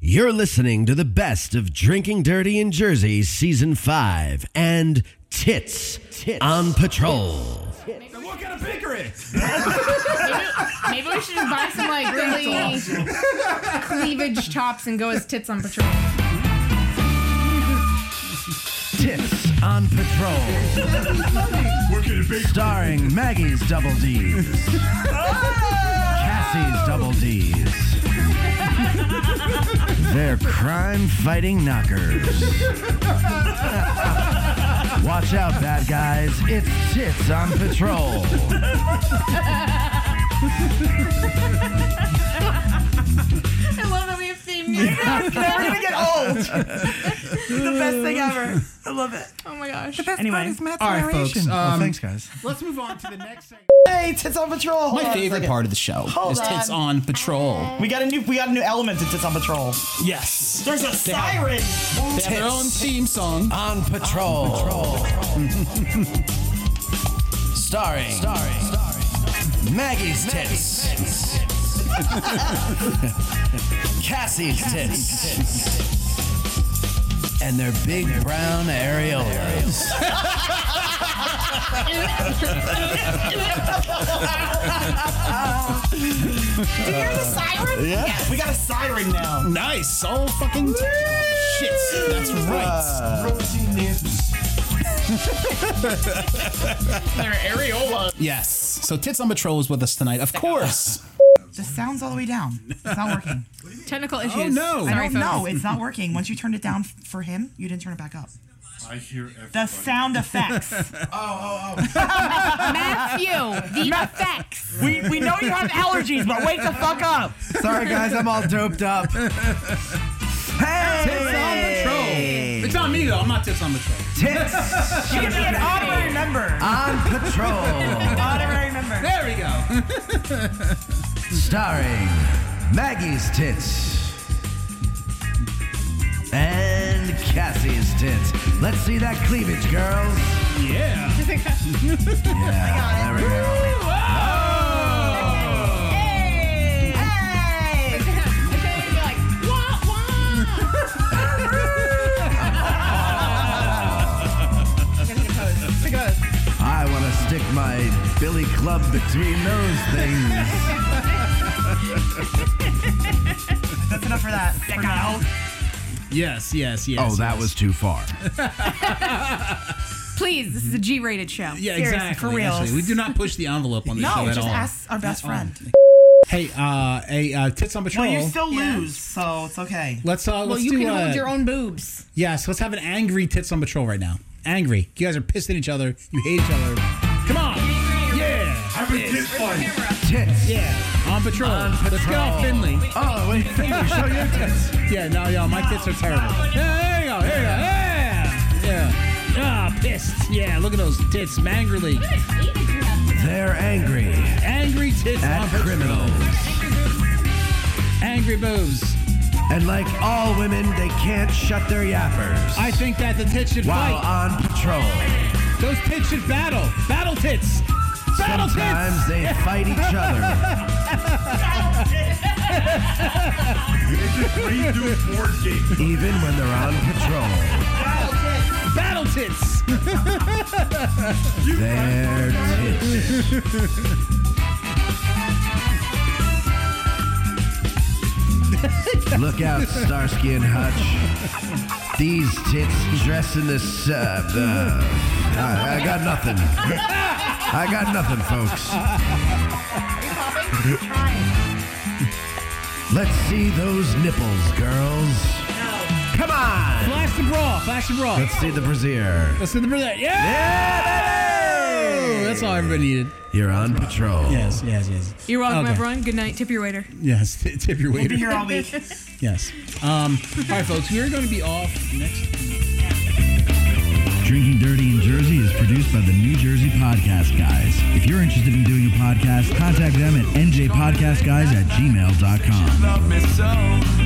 You're listening to the best of Drinking Dirty in Jersey Season 5 and Tits, on Patrol. Then what kind of picker is? Maybe, maybe we should just buy some like really cleavage chops and go as tits on patrol. Tits on Patrol. We're gonna bake. Starring Maggie's Double D's, Cassie's Double D's. They're crime fighting knockers. Watch out, bad guys. It's Tits on Patrol. I love that we have theme music. Never gonna get old. the best thing ever. I love it. Oh my gosh. Anyway, All right, folks. Oh, Um, thanks, guys. Let's move on to the next segment. hey, tits on patrol. Hold on My a favorite second. part of the show Hold is tits on patrol. We got a new. We got a new element to tits on patrol. Yes. There's a siren. They have their own theme song. On Patrol. starring, starring, Maggie's tits. Cassie's tits. And their big brown areolas. Do you hear the siren? Yeah. We got a siren now. Nice. All fucking shit. That's right. Their areola. Yes. So tits on patrol is with us tonight, of course. The sound's all the way down. It's not working. Technical issues. Oh, no. Sorry, I don't know. folks. It's not working. Once you turned it down f- for him, you didn't turn it back up. I hear everybody. The sound effects. Matthew, the effects. We, we know you have allergies, but wake the fuck up. Sorry, guys, I'm all doped up. Hey! It's on me though. I'm not tits on patrol. Tits You can be an honorary member. on Patrol. Honorary member. There we go. Starring Maggie's tits. And Cassie's tits. Let's see that cleavage, girls. Yeah. Yeah, there we go. Hey. They're like, wah, wah. I want to stick my billy club between those things. That's enough for that. For now. Yes. Yes. Yes. Oh, that yes. was too far. Please, this is a G-rated show. Yeah, serious, exactly. for real. actually. we do not push the envelope on this show No, at just all. ask our best friend. Hey, uh, hey, uh, tits on patrol. Well, you still lose, so it's okay. let's uh, let's Well, you do can uh, hold your own boobs. Yes, let's have an angry tits on patrol right now. Angry. You guys are pissed at each other. You hate each other. Come on. Yeah. Have a tit fight. Tits. Yeah. On patrol. Let's get off Finley. Oh, wait, Finley, show your tits. Yeah, no, yo, my tits are terrible. Yeah, there you go. Here you go. Yeah. Yeah. Ah, pissed. Yeah, look at those tits. Mangrily. They're angry Angry tits at on patrol. criminals. Angry boobs. And like all women, they can't shut their yappers. I think that the tits should while fight. on patrol. Those tits should battle. Battle tits. Battle Sometimes tits. they fight each other. Redo board game. Even when they're on patrol, Battle tits. they're tits. Look out, Starsky and Hutch. These tits dressed in this. Uh, uh, I, I got nothing. I got nothing, folks. Let's see those nipples, girls. Come on. Flash the bra. Flash the bra. Let's see the brassiere. Let's do the brunette. Yeah! Oh, That's all everybody needed. You're on patrol. Yes, yes, yes. You're welcome, Okay. everyone. Good night. Tip your waiter. Yes, tip your We'll waiter. be here all week. Yes. Um, all right, folks, we're going to be off next. Drinking Dirty in Jersey is produced by the New Jersey Podcast Guys. If you're interested in doing a podcast, contact them at njpodcastguys at gmail.com. love me so.